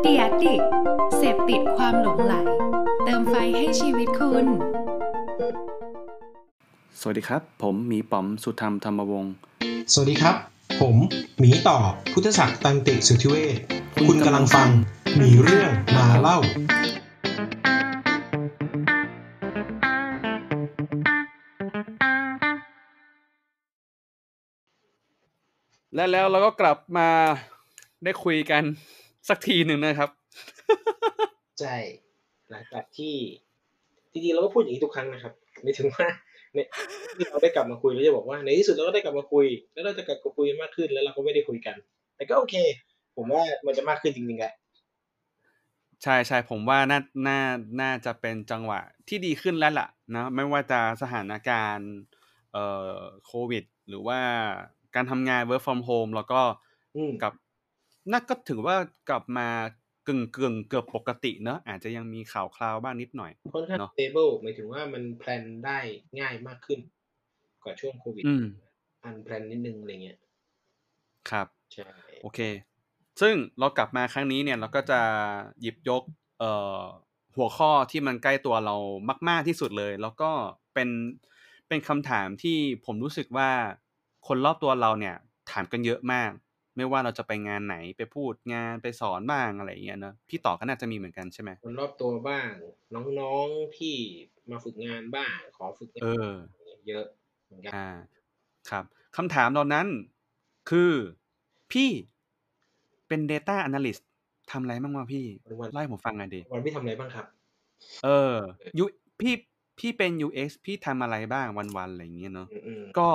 เดียดิกเสพติดความหลงไหล เติมไฟให้ชีวิตคุณ สวัสดีครับ ผมหมีป๋อมสุธรรมธรรมวงศ์ สวัสดีครับ ผมหมีต่อพุทธศักดิ์ตันติสุทธิเวชคุณกำลังฟังหมีเรื่องมาเล่า และแล้วเราก็กลับมาได้คุยกันสักทีหนึ่งนะครับ ใช่หลังจากที่จริงๆเราก็พูดอย่างนี้ทุกครั้งนะครับไม่ถึงว่าในที่เราได้กลับมาคุยเราจะบอกว่าในที่สุดเราก็ได้กลับมาคุย แล้วเราจะกลับมาคุยมากขึ้นแล้วเราก็ไม่ได้คุยกัน แต่ก็โอเค ผมว่ามันจะมากขึ้นจริงๆแหละ ใช่ใช่ผมว่าน่าน่าน่าจะเป็นจังหวะที่ดีขึ้นแล้วล่ะนะไม่ว่าจะสถานการณ์เอ่อโควิด หรือว่าการทำงาน work from home แล้วก็ อืม กลับน่าก็ถือว่ากลับมากึ่งกึ่งเกือบปกติเนอะอาจจะยังมีข่าวคราวบ้างนิดหน่อย ค่อนข้าง เนอะ stable หมายถึงว่ามันแพลนได้ง่ายมากขึ้น กว่าช่วงโควิด อืม อันแพลนนิดนึงอะไรเงี้ย ครับ ใช่ โอเค ซึ่งเรากลับมาครั้งนี้เนี่ยเราก็จะหยิบยกเอ่อหัวข้อที่มันใกล้ตัวเรามาก ๆที่สุดเลย แล้วก็เป็นเป็นคำถามที่ผมรู้สึกว่าคนรอบตัวเราเนี่ยถามกันเยอะมาก ไม่ว่าเราจะไปงานไหนไปพูดงานไปสอนบ้างอะไรอย่างเงี้ยเนอะพี่ต่อก็น่าจะมีเหมือนกันใช่ไหม คนรอบตัวบ้าง น้องๆที่มาฝึกงานบ้าง ขอฝึกงาน เออ เยอะเหมือนกัน อ่าครับคำถามเหล่านั้นคือพี่เป็น Data Analyst ทำอะไรบ้างวะพี่ วัน ไล่ผมฟังหน่อยดิ วันพี่ทำอะไรบ้างครับ เออยูพี่พี่เป็น UX พี่ทำอะไรบ้างวันๆอะไรอย่างเงี้ยเนาะ อืมๆ ก็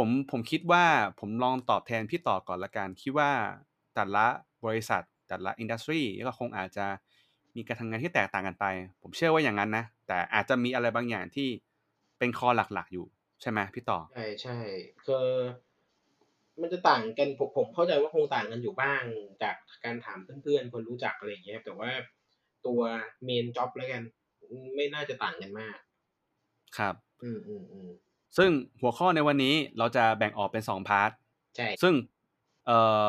ผมผมคิดว่าผมลองตอบแทนพี่ต่อก่อนละกันคิดว่าแต่ละบริษัทแต่ละอินดัสทรีก็คงอาจจะมีการทำงานที่แตกต่างกันไป ผมเชื่อว่าอย่างนั้นนะ แต่อาจจะมีอะไรบางอย่างที่เป็นคอหลักๆอยู่ใช่ไหมพี่ต่อ ใช่ใช่คือมันจะต่างกันผมผมเข้าใจว่าคงต่างกันอยู่บ้างจากการถามเพื่อนๆ คนรู้จักอะไรอย่างเงี้ยแต่ว่าตัวเมนจ็อบแล้วกัน ไม่น่าจะต่างกันมาก ครับ อืมอืมอืม ซึ่งหัวข้อในวันนี้เราจะแบ่งออกเป็น 2 พาร์ท ใช่ ซึ่งเอ่อ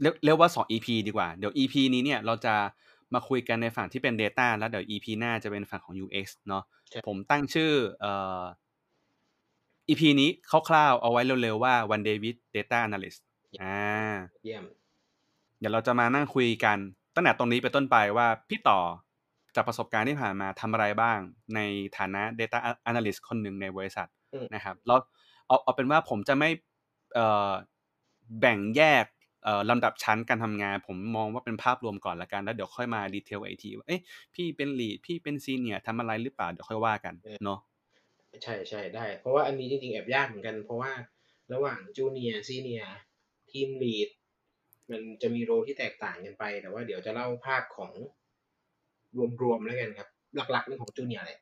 เรียกเรียกว่า 2 EP ดีกว่า เดี๋ยว EP นี้เนี่ยเราจะมาคุยกันในฝั่งที่เป็น Data แล้วเดี๋ยว EP หน้าจะเป็นฝั่งของ UX เนาะผมตั้งชื่อเอ่อ EP นี้คร่าวๆเอาไว้เร็วๆว่า One Day with Data Analyst อ่า เยี่ยม เดี๋ยวเราจะมานั่งคุยกันตั้งแต่ตรงนี้ไปนต้นไปว่าพี่ต่อจากประสบการณ์ที่ผ่านมาทำอะไรบ้างในฐานะ Data Analyst คนหนึ่งในบริษัท อืม นะครับแล้วเอาเอาเป็นว่าผมจะไม่เอ่อแบ่งแยกเอ่อลำดับชั้นการทำงาน ผมมองว่าเป็นภาพรวมก่อนละกัน แล้วเดี๋ยวค่อยมาดีเทลไอกทีว่าเอ๊ะพี่เป็น lead พี่เป็น senior ทำอะไรหรือเปล่า เดี๋ยวค่อยว่ากันเนาะ ใช่ใช่ได้ เพราะว่าอันนี้จริงๆแอบยากเหมือนกัน เพราะว่าระหว่างจูเนียร์ซีเนียทีมลีดมันจะมีโรลที่แตกต่างกันไป แต่ว่าเดี๋ยวจะเล่าภาพของรวมๆแล้วกันครับ หลักๆเรื่องของจูเนียร์แหละ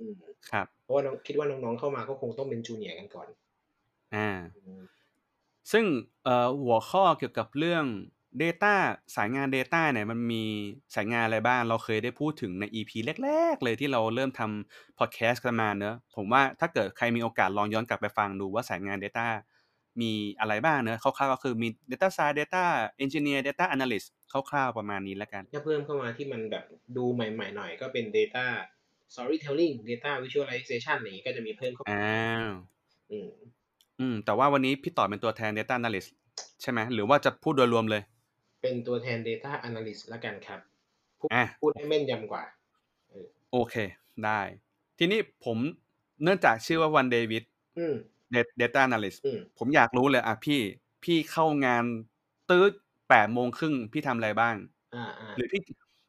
อืม ครับ เพราะว่าน้องคิดว่าน้องๆเข้ามาก็คงต้องเป็นจูเนียร์กันก่อน อ่า อืม ซึ่งเอ่อหัวข้อเกี่ยวกับเรื่อง Data สายงาน Data เนี่ยมันมีสายงานอะไรบ้าง เราเคยได้พูดถึงใน EP แรก ๆ เลยที่เราเริ่มทำพอดแคสต์กันมาเนอะผมว่าถ้าเกิดใครมีโอกาสลองย้อนกลับไปฟังดูว่าสายงาน Data มีอะไรบ้างเนอะคร่าวๆก็คือมี Data Science Data Engineer Data Analyst คร่าวๆประมาณนี้แล้วกัน ถ้าเพิ่มเข้ามาที่มันแบบดูใหม่ๆหน่อยก็เป็น Data Storytelling Data Visualization อะไรอย่างงี้ก็จะมีเพิ่มเข้ามา อ้าว อืม อืม แต่ว่าวันนี้พี่ต่อเป็นตัวแทน Data Analyst ใช่ไหมหรือว่าจะพูดโดยรวมเลย เป็นตัวแทน Data Analyst ละกันครับ อ่ะ พูดให้แม่นยำกว่า โอเค ได้ ทีนี้ผมเนื่องจากชื่อว่าวันเดวิด อืม Data- Data Analyst อืม ผมอยากรู้เลยอ่ะพี่พี่เข้างานตื้อแปดโมงครึ่งพี่ทำอะไรบ้าง อ่าอ่า หรือพี่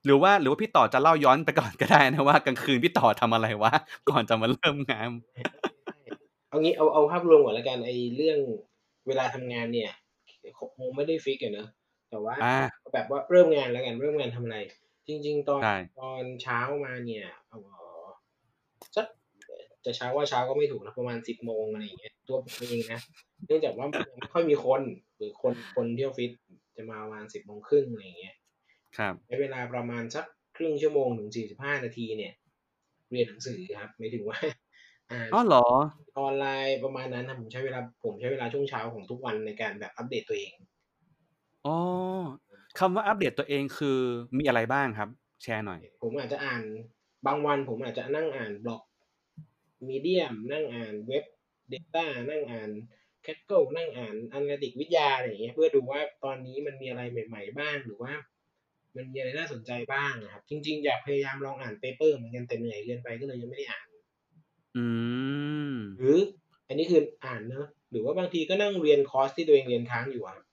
หรือว่าหรือว่าพี่ต่อจะเล่าย้อนไปก่อนก็ได้นะ ว่ากลางคืนพี่ต่อทำอะไรวะ ก่อนจะมาเริ่มงาน เอางี้เอาเอาภาพรวมก่อนละกันไอ้เรื่องเวลาทำงานเนี่ยคงไม่ได้ฟิกอะเนอะแต่ว่า อ่า แบบว่าเริ่มงานแล้วกันเริ่มงานทำอะไร จริง ๆ ตอน ได้ ตอนเช้ามาเนี่ยเอ่อสักจะเช้าว่าเช้าก็ไม่ถูกนะประมาณสิบโมงอะไรอย่างเงี้ยตัวผมเองนะเนื่องจากว่ามันยังไม่ค่อยมีคนหรือคนคนที่ออฟฟิศจะมาประมาณสิบโมงครึ่งอะไรอย่างเงี้ย ครับ ใช้เวลาประมาณสักครึ่งชั่วโมงถึงสี่สิบห้านาทีเนี่ย เรียนหนังสือครับไม่ถึงว่า อ่าน อ๋อเหรอ ออนไลน์ประมาณนั้นนะผมใช้เวลาผมใช้เวลาช่วงเช้าของทุกวันในการแบบอัปเดตตัวเอง อ๋อ คำว่าอัปเดตตัวเองคือมีอะไรบ้างครับ แชร์หน่อย ผมอาจจะอ่านบางวันผมอาจจะนั่งอ่านบล็อกมีเดียมนั่งอ่านเว็บ Data นั่งอ่านแคทเกิลนั่งอ่านอ a น a l y ติกวิทยาอะไรอย่างเงี้ยเพื่อดูว่าตอนนี้มันมีอะไรใหม่ ๆ บ้างหรือว่า มันมีอะไรน่าสนใจบ้างนะครับ จริง ๆ อยากพยายามลองอ่านเปเปอร์เหมือนกันแต่เหนื่อยเกินไปก็เลยยังไม่ได้อ่าน อืม หรือ อันนี้คืออ่านเนอะหรือว่าบางทีก็นั่งเรียนคอร์สที่ตัวเองเรียนค้างอยู่อะครับ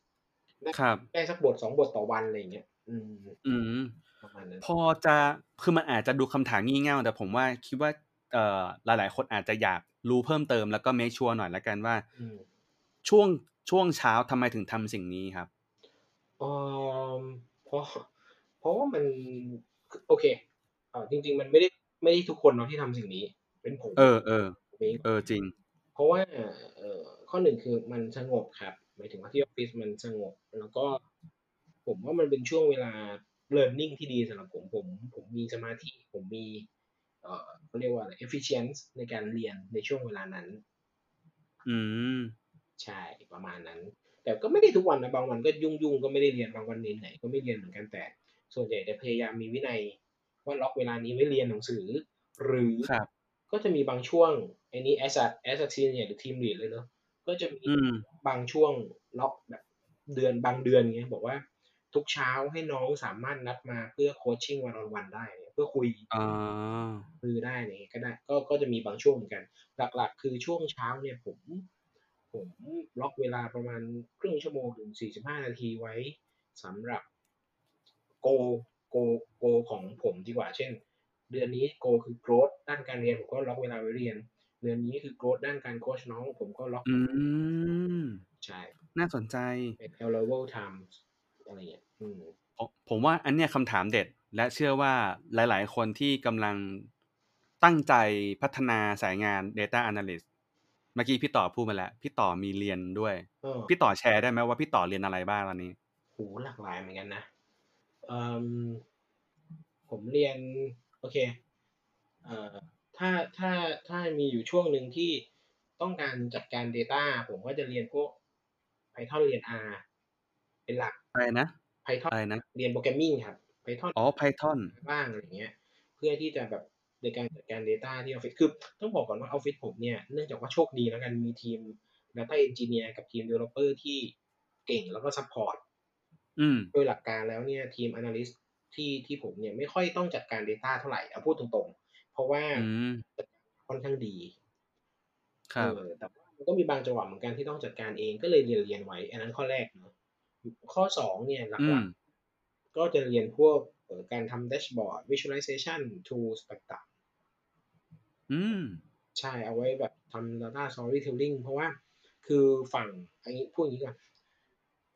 ครับ ได้สักบทสองบทต่อวันอะไรอย่างเงี้ยอืม อืม ประมาณนั้น พอจะคือมันอาจจะดูคำถามงี่เง่าแต่ผมว่าคิดว่าเอ่อหลาย ๆ คนอาจจะอยากรู้เพิ่มเติมแล้วก็เมคชัวร์หน่อยละกันว่า อืม ช่วงช่วงเช้าทำไมถึงทำสิ่งนี้ครับ เอมเพราะ เพราะว่ามันโอเคเออจริง ๆ มันไม่ได้ไม่ได้ทุกคนเนาะที่ทำสิ่งนี้ เป็นผม เออเออ ผมเอง เออจริง เพราะว่าเออข้อหนึ่งคือมันสงบครับ หมายถึงว่าที่ออฟฟิศมันสงบ แล้วก็ผมว่ามันเป็นช่วงเวลา learning ที่ดีสำหรับผมผมผมมีสมาธิผมมีเออเขาเรียกว่าอะไร efficient ในการเรียนในช่วงเวลานั้น อืม ใช่ประมาณนั้น แต่ก็ไม่ได้ทุกวันนะบางวันก็ยุ่งยุ่งๆก็ไม่ได้เรียนบางวันเหนื่อยๆก็ไม่เรียนเหมือนกันแต่ ส่วนใหญ่จะพยายามมีวินัย ว่าล็อกเวลานี้ไว้เรียนหนังสือ หรือ ครับ ก็จะมีบางช่วงไอ้นี้แอสซัดแอสซัดซีเนี่ยหรือทีมลีดเลยเนาะก็จะมี อืม บางช่วงล็อกแบบเดือนบางเดือนเงี้ยบอกว่าทุกเช้าให้น้องสามารถนัดมาเพื่อโคชชิ่งวันออนวันได้เนี่ยเพื่อคุย อ๋อ มือได้อะไรเงี้ยก็ได้ก็ก็จะมีบางช่วงเหมือนกัน หลักๆ คือช่วงเช้าเนี่ยผม ผมล็อกเวลาประมาณครึ่งชั่วโมงถึง 45 นาทีไว้สำหรับโกโกโกของผมดีกว่า เช่น เดือนนี้โกคือโกรดด้านการเรียนผมก็ล็อกเวลาไว้เรียน เดือนนี้คือโกรดด้านการโค้ชน้อง ผมก็ล็อก อืม ใช่ น่าสนใจ เป็น L level time อะไรเงี้ยอืม ผมผมว่าอันเนี้ยคำถามเด็ด และเชื่อว่าหลาย ๆ คนที่กำลังตั้งใจพัฒนาสายงาน Data Analyst เมื่อกี้พี่ต่อพูดมาแล้ว พี่ต่อมีเรียนด้วย พี่ต่อแชร์ได้ไหมว่าพี่ต่อเรียนอะไรบ้างตอนนี้ โหหลากหลายเหมือนกันนะเอิ่มผมเรียน โอเคเอ่อถ้าถ้าถ้ามีอยู่ช่วงหนึ่งที่ต้องการจัดการ Data ผมก็จะเรียนพวก Python เรียน R เป็นหลัก อะไรนะ Python อะไรนะ เรียนโปรแกรมมิ่งครับ Python อ๋อ Python บ้างอะไรเงี้ย เพื่อที่จะแบบในการจัดการ Data ที่ออฟฟิศคือต้องบอกก่อนว่าออฟฟิศผมเนี่ย เนื่องจากว่าโชคดีแล้วกันมีทีม Data Engineer กับทีม Developer ที่เก่งแล้วก็ Support อืม โดยหลักการแล้วเนี่ยทีม Analyst ที่ที่ผมเนี่ยไม่ค่อยต้องจัดการ Data เท่าไหร่เอาพูดตรงๆ เพราะว่า อืม ค่อนข้างดี ครับ เออแต่ว่ามันก็มีบางจังหวะเหมือนกันที่ต้องจัดการเองก็เลยเรียนเรียนไว้ อันนั้นข้อแรกเนาะข้อสองเนี่ยห อื ลั ม กๆก็จะเรียนพวกเอ่อการทำแดชบอร์ด visualization tools ต่าง อืม ๆ ใช่เอาไว้แบบทำ data storytelling เพราะว่าคือฝั่งอันนี้พูดอย่างนี้ก่อน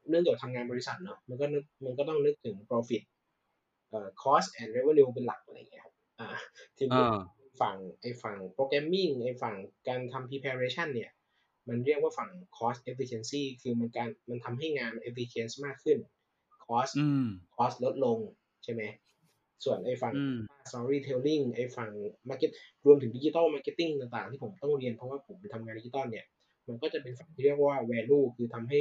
เนื่องจากทำงานบริษัทเนาะมันก็นึกมันก็ต้องนึกถึง profit เอ่อ cost and revenue เป็นหลักอะไรอย่างเงี้ยครับอ่าทีนี้ อ่า ฝั่งไอ้ฝั่งโปรแกรมมิ่งไอ้ฝั่งการทำ preparation เนี่ย มันเรียกว่าฝั่ง cost efficiency คือมันการมันทำให้งาน efficient มากขึ้น cost อืม cost ลดลงใช่ไหมส่วนไอ้ฝั่ง อืม storytelling ไอ้ฝั่ง market รวมถึง digital marketing ต่างๆ ที่ผมต้องเรียนเพราะว่าผมทำงานดิจิตอลเนี่ย มันก็จะเป็นฝั่งที่เรียกว่า value คือทำให้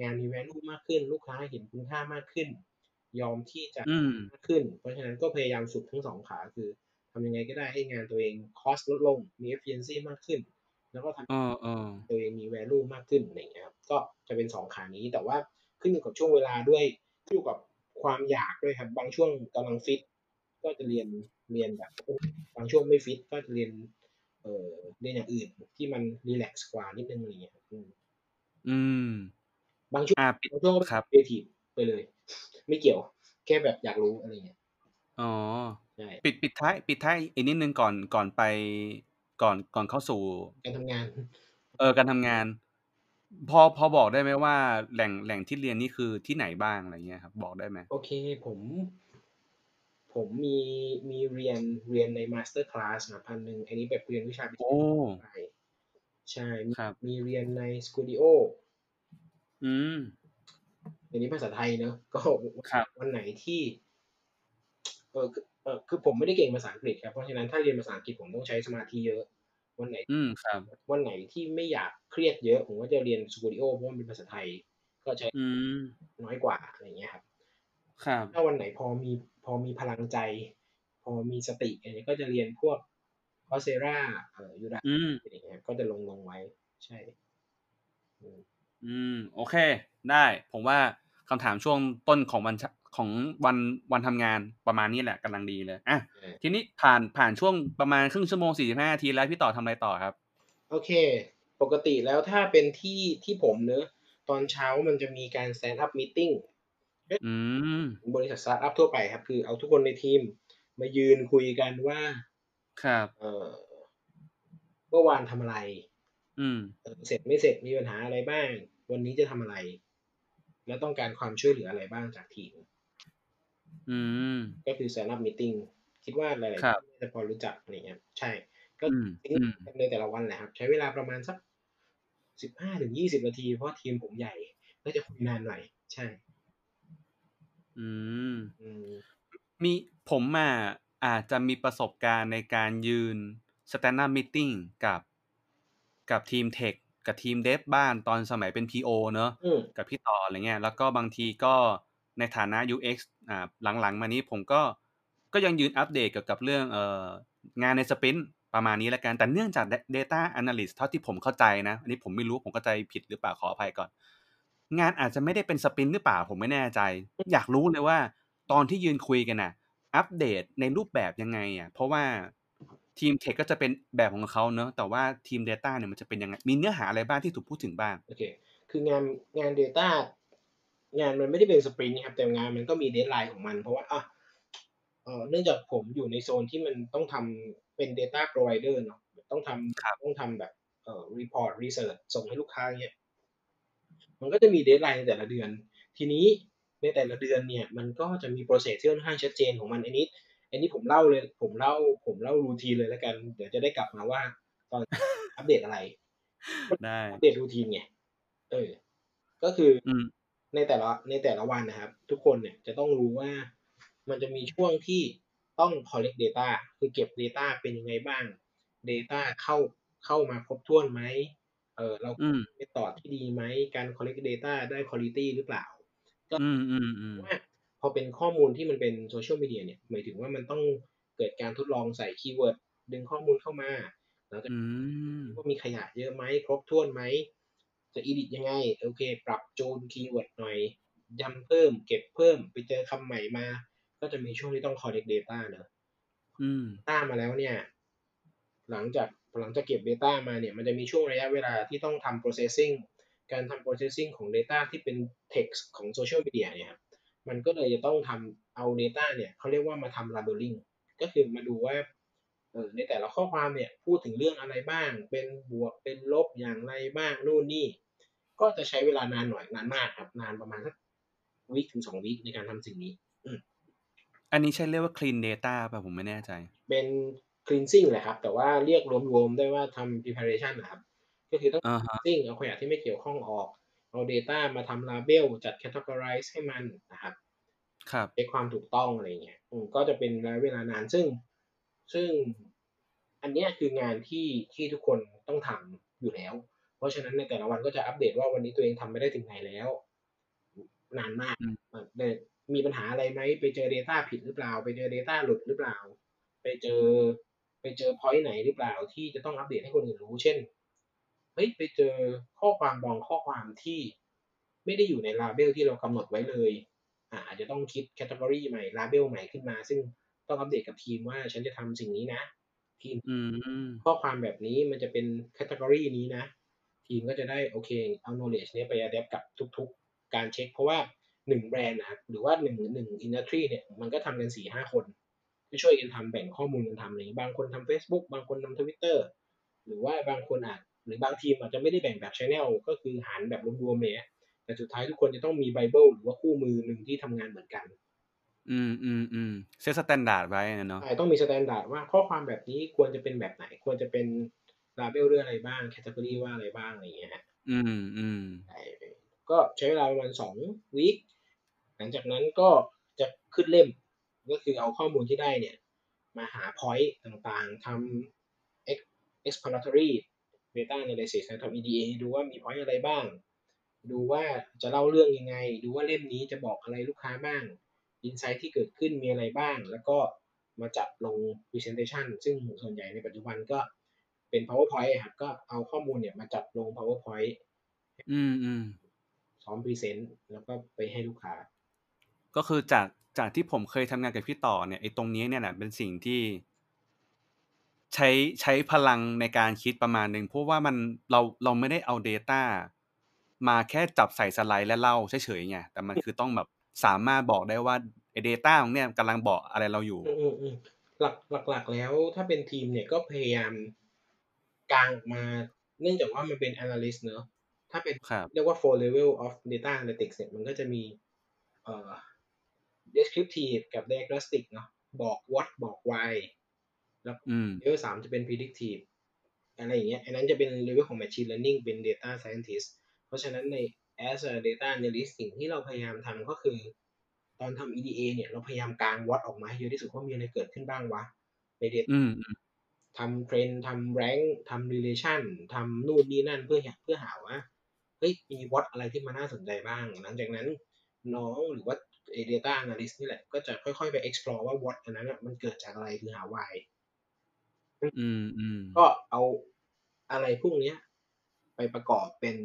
งานมี value มากขึ้น ลูกค้าเห็นคุณค่ามากขึ้น ยอมที่จะ อืม มากขึ้น เพราะฉะนั้นก็พยายามฝึกทั้งสองขาคือทำยังไงก็ได้ให้งานตัวเองคอสลดลง มี efficiency มากขึ้น แล้วก็ทำ อ๋ออ๋อ ให้ตัวเองมี value มากขึ้นอะไรอย่างเงี้ยครับ ก็จะเป็นสองขานี้ แต่ว่าขึ้นอยู่กับช่วงเวลาด้วย ขึ้นอยู่กับความอยากด้วยครับ บางช่วงกำลังฟิต ก็จะเรียนเรียนแบบ บางช่วงไม่ฟิต ก็จะเรียน เออเรียนอย่างอื่นที่มันรีแลกซ์กว่านิดนึงอะไรอย่างเงี้ยครับอืม อืม บางช่วง อ่ะปิด บางช่วงก็ ครับ เ e a t i v e ไปเลย ไม่เกี่ยว แค่แบบอยากรู้อะไรอย่างเงี้ย อ๋อ ใช่ ปิดปิดท้ายปิดท้ายอีกนิดนึงก่อนก่อนไปก่อนก่อนเข้าสู่ การทำงาน เออการทำงาน พอพอบอกได้ไหมว่าแหล่งแหล่งที่เรียนนี่คือที่ไหนบ้างอะไรเงี้ยครับ บอกได้ไหม โอเคผม ผมมีมีเรียนเรียนในมาสเตอร์คลาสนะพันหนึ่งอันนี้แบบเรียนวิชาวิทยา โอ้ ศาสตร์ใช่มี ครับ มีเรียนในสกูดิโอ อืม อันนี้ภาษาไทยเนอะ ก็ ครับ วันไหนที่ เออคือเออคือผมไม่ได้เก่งภาษาอังกฤษครับ เพราะฉะนั้นถ้าเรียนภาษาอังกฤษผมต้องใช้สมาธิเยอะ วันไหน อืมครับ วันไหนที่ไม่อยากเครียดเยอะ ผมก็จะเรียนสกูดิโอเพราะว่ามันเป็นภาษาไทย ก็ใช้ อืม น้อยกว่าอะไรอย่างเงี้ยครับ ครับ ถ้าวันไหนพอมีพอมีพลังใจ พอมีสติอะไรก็จะเรียนพวกคอเซราเอ่อยูดา อืม อะไรอย่างเงี้ยก็จะลงลงไว้ ใช่อืม อืม โอเค ได้ ผมว่าคำถามช่วงต้นของวันชะของวันวันทำงานประมาณนี้แหละกำลังดีเลยอ่ะ อ่า ทีนี้ผ่านผ่านช่วงประมาณครึ่งชั่วโมงสี่สิบห้านาทีแล้วพี่ต่อทำอะไรต่อครับ โอเค ปกติแล้วถ้าเป็นที่ที่ผมเนอะตอนเช้ามันจะมีการ stand up meeting อืม บริษัทสตาร์ทอัพทั่วไปครับ คือเอาทุกคนในทีมมายืนคุยกันว่า ครับ เออเมื่อวานทำอะไร อืม เอ่อเสร็จไม่เสร็จมีปัญหาอะไรบ้าง วันนี้จะทำอะไร แล้วต้องการความช่วยเหลืออะไรบ้างจากทีม อืม ก็คือ stand up meeting คิดว่าหลายๆ ครับ ท่านจะพอรู้จักอะไรเงี้ยใช่ ก็ อืมอืม ในแต่ละวันแหละครับ ใช้เวลาประมาณสักสิบห้าถึงยี่สิบนาที เพราะทีมผมใหญ่ ก็จะคุยนานหน่อยใช่ อืม อืม มีผมอ่ะอาจจะมีประสบการณ์ในการยืน stand up meeting กับ กับทีมเทคกับทีมเดฟบ้านตอนสมัยเป็น PO เนอะ อืม กับพี่ต่ออะไรเงี้ย แล้วก็บางทีก็ในฐานะ UX อ่าหลังๆ มานี้ผมก็ก็ยังยืนอัปเดตเกี่ยวกับเรื่องเอ่องานในสปรินต์ประมาณนี้ละกัน แต่เนื่องจาก Data Analyst เท่าที่ผมเข้าใจนะ อันนี้ผมไม่รู้ผมเข้าใจผิดหรือเปล่าขออภัยก่อน งานอาจจะไม่ได้เป็นสปรินต์หรือเปล่าผมไม่แน่ใจ อยากรู้เลยว่า ตอนที่ยืนคุยกันน่ะ อัปเดตในรูปแบบยังไงอ่ะเพราะว่าทีมเทคก็จะเป็นแบบของเขาเนอะแต่ว่าทีม Data เนี่ยมันจะเป็นยังไงมีเนื้อหาอะไรบ้างที่ถูกพูดถึงบ้าง โอเค คืองานงาน Data งานมันไม่ได้เป็นสปรินต์ครับ แต่งานมันก็มีเดทไลน์ของมัน เพราะว่าอ่ะเอ่อเนื่องจากผมอยู่ในโซนที่มันต้องทำเป็น Data Provider เนาะต้องท ครับ ำต้องทำแบบเอ่อ report research ส่งให้ลูกค้าเนี่ยมันก็จะมีเดทไลน์ในแต่ละเดือน ทีนี้ในแต่ละเดือนเนี่ย มันก็จะมีโปรเซสที่ค่อนข้างชัดเจนของมันอันนี้ อันนี้ผมเล่าเลย ผมเล่า ผมเล่ารูทีเลยแล้วกัน เดี๋ยวจะได้กลับมาว่าต อน อัปเดตอะไร ได้ อัปเดตรูทีนไง เออ ก็คืออ อืม ในแต่ละในแต่ละวันนะครับ ทุกคนเนี่ยจะต้องรู้ว่ามันจะมีช่วงที่ต้อง collect data คือเก็บ data เป็นยังไงบ้าง data เข้าเข้ามาครบถ้วนไหม เออเรา อืม ไปต่อที่ดีไหม การ collect data ได้ quality หรือเปล่า อืมอืมอืม ว่าพอเป็นข้อมูลที่มันเป็นโซเชียลมีเดียเนี่ย หมายถึงว่ามันต้องเกิดการทดลองใส่คีย์เวิร์ดดึงข้อมูลเข้ามา แล้วก็ อืม ว่ามีขยะเยอะไหมครบถ้วนไหม จะอีดิทยังไง โอเค ปรับจูนคีย์เวิร์ดหน่อยย้ำเพิ่ม เก็บเพิ่ม ไปเจอคำใหม่มา ก็จะมีช่วงที่ต้อง collect data เนอะ อืม data มาแล้วเนี่ย หลังจากหลังจากเก็บ data มาเนี่ย มันจะมีช่วงระยะเวลาที่ต้องทำ processing การทำ processing ของ data ที่เป็น text ของ social media เนี่ยครับมันก็เลยจะต้องทำเอา data เนี่ยเขาเรียกว่ามาทำ labeling ก็คือมาดูว่าเออในแต่ละข้อความเนี่ย พูดถึงเรื่องอะไรบ้าง เป็นบวกเป็นลบอย่างไรบ้างนู่นนี่ ก็จะใช้เวลานานหน่อยนานมากครับ นานประมาณสักวิถึงสองวิในการทำสิ่งนี้ อันนี้ใช่เรียกว่า clean data ป่ะผมไม่แน่ใจ เป็น cleansing แหละครับ แต่ว่าเรียกรวมๆได้ว่าทำ preparation นะครับ ก็คือต้อง อ่าฮะ cleansing เอาขยะที่ไม่เกี่ยวข้องออก เอา data มาทำ label จัด categorize ให้มันนะครับ ครับ เช็คความถูกต้องอะไรเงี้ยอืมก็จะเป็นระยะเวลานานซึ่ง ซึ่งอันเนี้ยคืองานที่ที่ทุกคนต้องทำอยู่แล้ว เพราะฉะนั้นในแต่ละวันก็จะอัปเดตว่าวันนี้ตัวเองทำไม่ได้ถึงไหนแล้ว นานมาก อืม เออเลยมีปัญหาอะไรไหม ไปเจอ Data ผิดหรือเปล่า ไปเจอ Data หลุดหรือเปล่า ไปเจอ ไปเจอ point ไหนหรือเปล่า ที่จะต้องอัปเดตให้คนอื่นรู้ เช่นเฮ้ยไปเจอข้อความบางข้อความที่ไม่ได้อยู่ในลาเบลที่เรากำหนดไว้เลยอ่าอาจจะต้องคิดแคตตา o r y ใหม่ลาเบลใหม่ขึ้นมา ซึ่งต้องอัปเดตกับทีมว่าฉันจะทำสิ่งนี้นะ ทีม อืม ข้อความแบบนี้มันจะเป็นแคตตากรีนี้นะ ทีมก็จะได้โอเคเอา knowledge เนี้ยไป adapt กับทุกๆ การเช็ค เพราะว่าหนึ่งแบรนด์นะครับหรือว่าหนึ่งหนึ่งอินดัสทรีเนี่ยมันก็ทำกันสี่ห้าคนที่ช่วยกันทำแบ่งข้อมูลกันทำอะไรอย่างงี้บางคนทำ Facebook บางคนทำ Twitter หรือว่าบางคนอาจหรือบางทีมอาจจะไม่ได้แบ่งแบบ Channel ก็คือหารแบบรวมๆเลยอะแต่สุดท้ายทุกคนจะต้องมีไบเบิลหรือว่าคู่มือหนึ่งที่ทำงานเหมือนกัน อืมอืมอืมเซตสแตนดาร์ดไว้นะเนาะ ใช่ต้องมีสแตนดาร์ดว่าข้อความแบบนี้ควรจะเป็นแบบไหน ควรจะเป็นลาเบลเรื่องอะไรบ้างแคตตา o r y ว่าอะไรบ้างอะไรอย่างเงี้ยฮะ อืมอืม ใช่ก็ใช้เวลาประมาณสองวีคหลังจากนั้นก็จะขึ้นเล่ม ก็คือเอาข้อมูลที่ได้เนี่ย มาหา point ต่างๆทำ ex- exploratory data analysis นะทำ EDA ดูว่ามี point อะไรบ้าง ดูว่าจะเล่าเรื่องยังไง ดูว่าเล่มนี้จะบอกอะไรลูกค้าบ้าง อินไซต์ที่เกิดขึ้นมีอะไรบ้าง แล้วก็มาจัดลง Presentation ซึ่งส่วนใหญ่ในปัจจุบันก็เป็น PowerPoint อะครับก็เอาข้อมูลเนี่ยมาจัดลง PowerPoint อืมอืม ซ้อมพรีเซนต์แล้วก็ไปให้ลูกค้า ก็คือจากจากที่ผมเคยทำงานกับพี่ต่อเนี่ยไอ้ตรงนี้เนี่ยแหละเป็นสิ่งที่ ใช้ใช้พลังในการคิดประมาณหนึ่งเพราะว่ามันเราเราไม่ได้เอา Data มาแค่จับใส่สไลด์และเล่าเฉยๆไงแต่มันคือต้องแบบสามารถบอกได้ว่าไอ้ Data ตรงเนี้ยกำลังบอกอะไรเราอยู่ อืมอืมอืมหลักหลักหลักแล้วถ้าเป็นทีมเนี่ยก็พยายามกางออกมา เนื่องจากว่ามันเป็น analyst เนอะถ้าเป็น ครับ เรียกว่า four level of data analytics เนี่ยมันก็จะมีเอ่อ descriptive กับ diagnostic เนอะบอก what บอก why แล้ว อืม เลเวลสามจะเป็น predictive อะไรอย่างเงี้ยอันนั้นจะเป็นเลเวลของ machine learning เป็น data scientist เพราะฉะนั้นใน as a data analyst สิ่งที่เราพยายามทำก็คือ ตอนทำ EDA เนี่ย เราพยายามกางวัดออกมาให้เยอะที่สุดว่ามีอะไรเกิดขึ้นบ้างวะใน data อืม ทำเทรนทำแรงทำ relation ทำนู่นนี่นั่นเพื่อหาเพื่อหาว่าเฮ้ยมีวัดอะไรที่มันน่าสนใจบ้าง หลังจากนั้นน้องหรือว่าไอ data analyst นี่แหละ ก็จะค่อยๆไป explore ว่าวัดอันนั้นอะมันเกิดจากอะไรคือหา why อืมอืม ก็เอาอะไรพวกเนี้ย ไปประกอบเป็น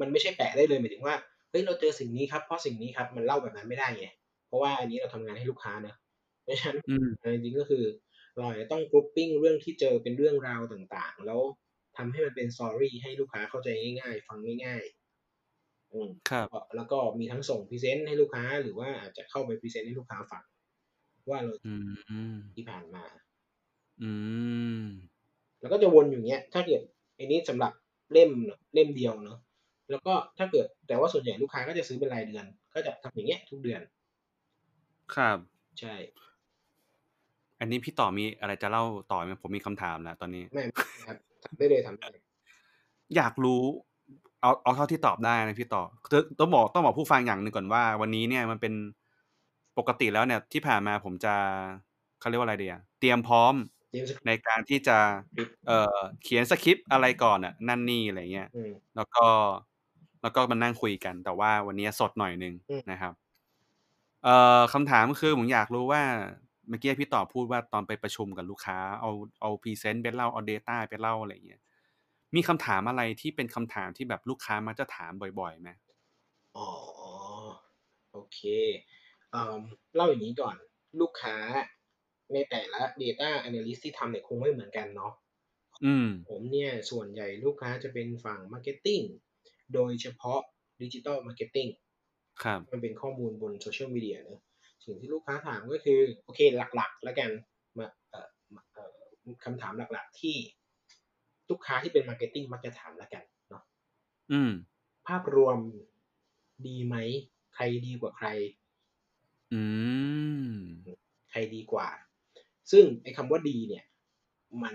มันไม่ใช่แปะได้เลยหมายถึงว่าเฮ้ยเราเจอสิ่งนี้ครับเพราะสิ่งนี้ครับมันเล่าแบบนั้นไม่ได้ไงเพราะว่าอันนี้เราทำงานให้ลูกค้านะเพราะฉะนั้น อืม อันจริงๆก็คือเราอาจจะต้องกรุ๊ปปิ้งเรื่องที่เจอเป็นเรื่องราวต่างๆ แล้วทำให้มันเป็นสอรี่ให้ลูกค้าเข้าใจง่ายๆ ฟังง่ายๆอืม ครับ ก็แล้วก็มีทั้งส่งพรีเซนต์ให้ลูกค้า หรือว่าอาจจะเข้าไปพรีเซนต์ให้ลูกค้าฟังว่าเรา อืมอืม ที่ผ่านมา อืม แล้วก็จะวนอยูอย่างเงี้ย ถ้าเกิดไอันนี้สำหรับเล่มเนอะเล่มเดียวเนอะแล้วก็ถ้าเกิดแต่ว่าส่วนใหญ่ลูกค้าก็จะซื้อเป็นรายเดือน ก็จะทำอย่างเงี้ยทุกเดือน ครับ ใช่ อันนี้พี่ต่อมีอะไรจะเล่าต่อไหมผมมีคำถามแล้วตอนนี้ ไม่ครับทำได้เลยทำได้เลย อยากรู้เอาเอาเท่าที่ตอบได้นะพี่ต่อคือต้องบอกต้องบอกผู้ฟังอย่างหนึ่งก่อนว่า วันนี้เนี่ยมันเป็นปกติแล้วเนี่ยที่ผ่านมาผมจะเขาเรียกว่าอะไรเดียเตรียมพร้อม เรียนสคริปต์ ในการที่จะเอ่อเขียนสคริปต์อะไรก่อนอ่ะนั่นนี่อะไรเงี้ย อืม แล้วก็แล้วก็มานั่งคุยกัน แต่ว่าวันนี้สดหน่อยหนึง อืม นะครับเอ่อคำถามก็คือผมอยากรู้ว่าเมื่อกี้พี่ต่อพูดว่าตอนไปประชุมกับลูกค้า เอาเอาพรีเซนต์ไปเล่าเอา Data ไปเล่าอะไรเงี้ย มีคำถามอะไรที่เป็นคำถามที่แบบลูกค้ามักจะถามบ่อยๆไหม อ๋อ โอเคเอิ่มเล่าอย่างนี้ก่อน ลูกค้าในแต่ละ Data Analyst ที่ทำเนี่ยคงไม่เหมือนกันเนาะ อืม ผมเนี่ยส่วนใหญ่ลูกค้าจะเป็นฝั่ง Marketing โดยเฉพาะ Digital Marketing ครับ มันเป็นข้อมูลบนโซเชียลมีเดียเนอะสิ่งที่ลูกค้าถามก็คือ โอเคหลักๆ แล้วกันมาเอ่อมาเอ่อคำถามหลักๆ ที่ลูกค้าที่เป็น Marketing มักจะถามแล้วกันเนาะ อืม ภาพรวมดีไหม ใครดีกว่าใคร อืม ใครดีกว่า ซึ่งไอ้คำว่าดีเนี่ย มัน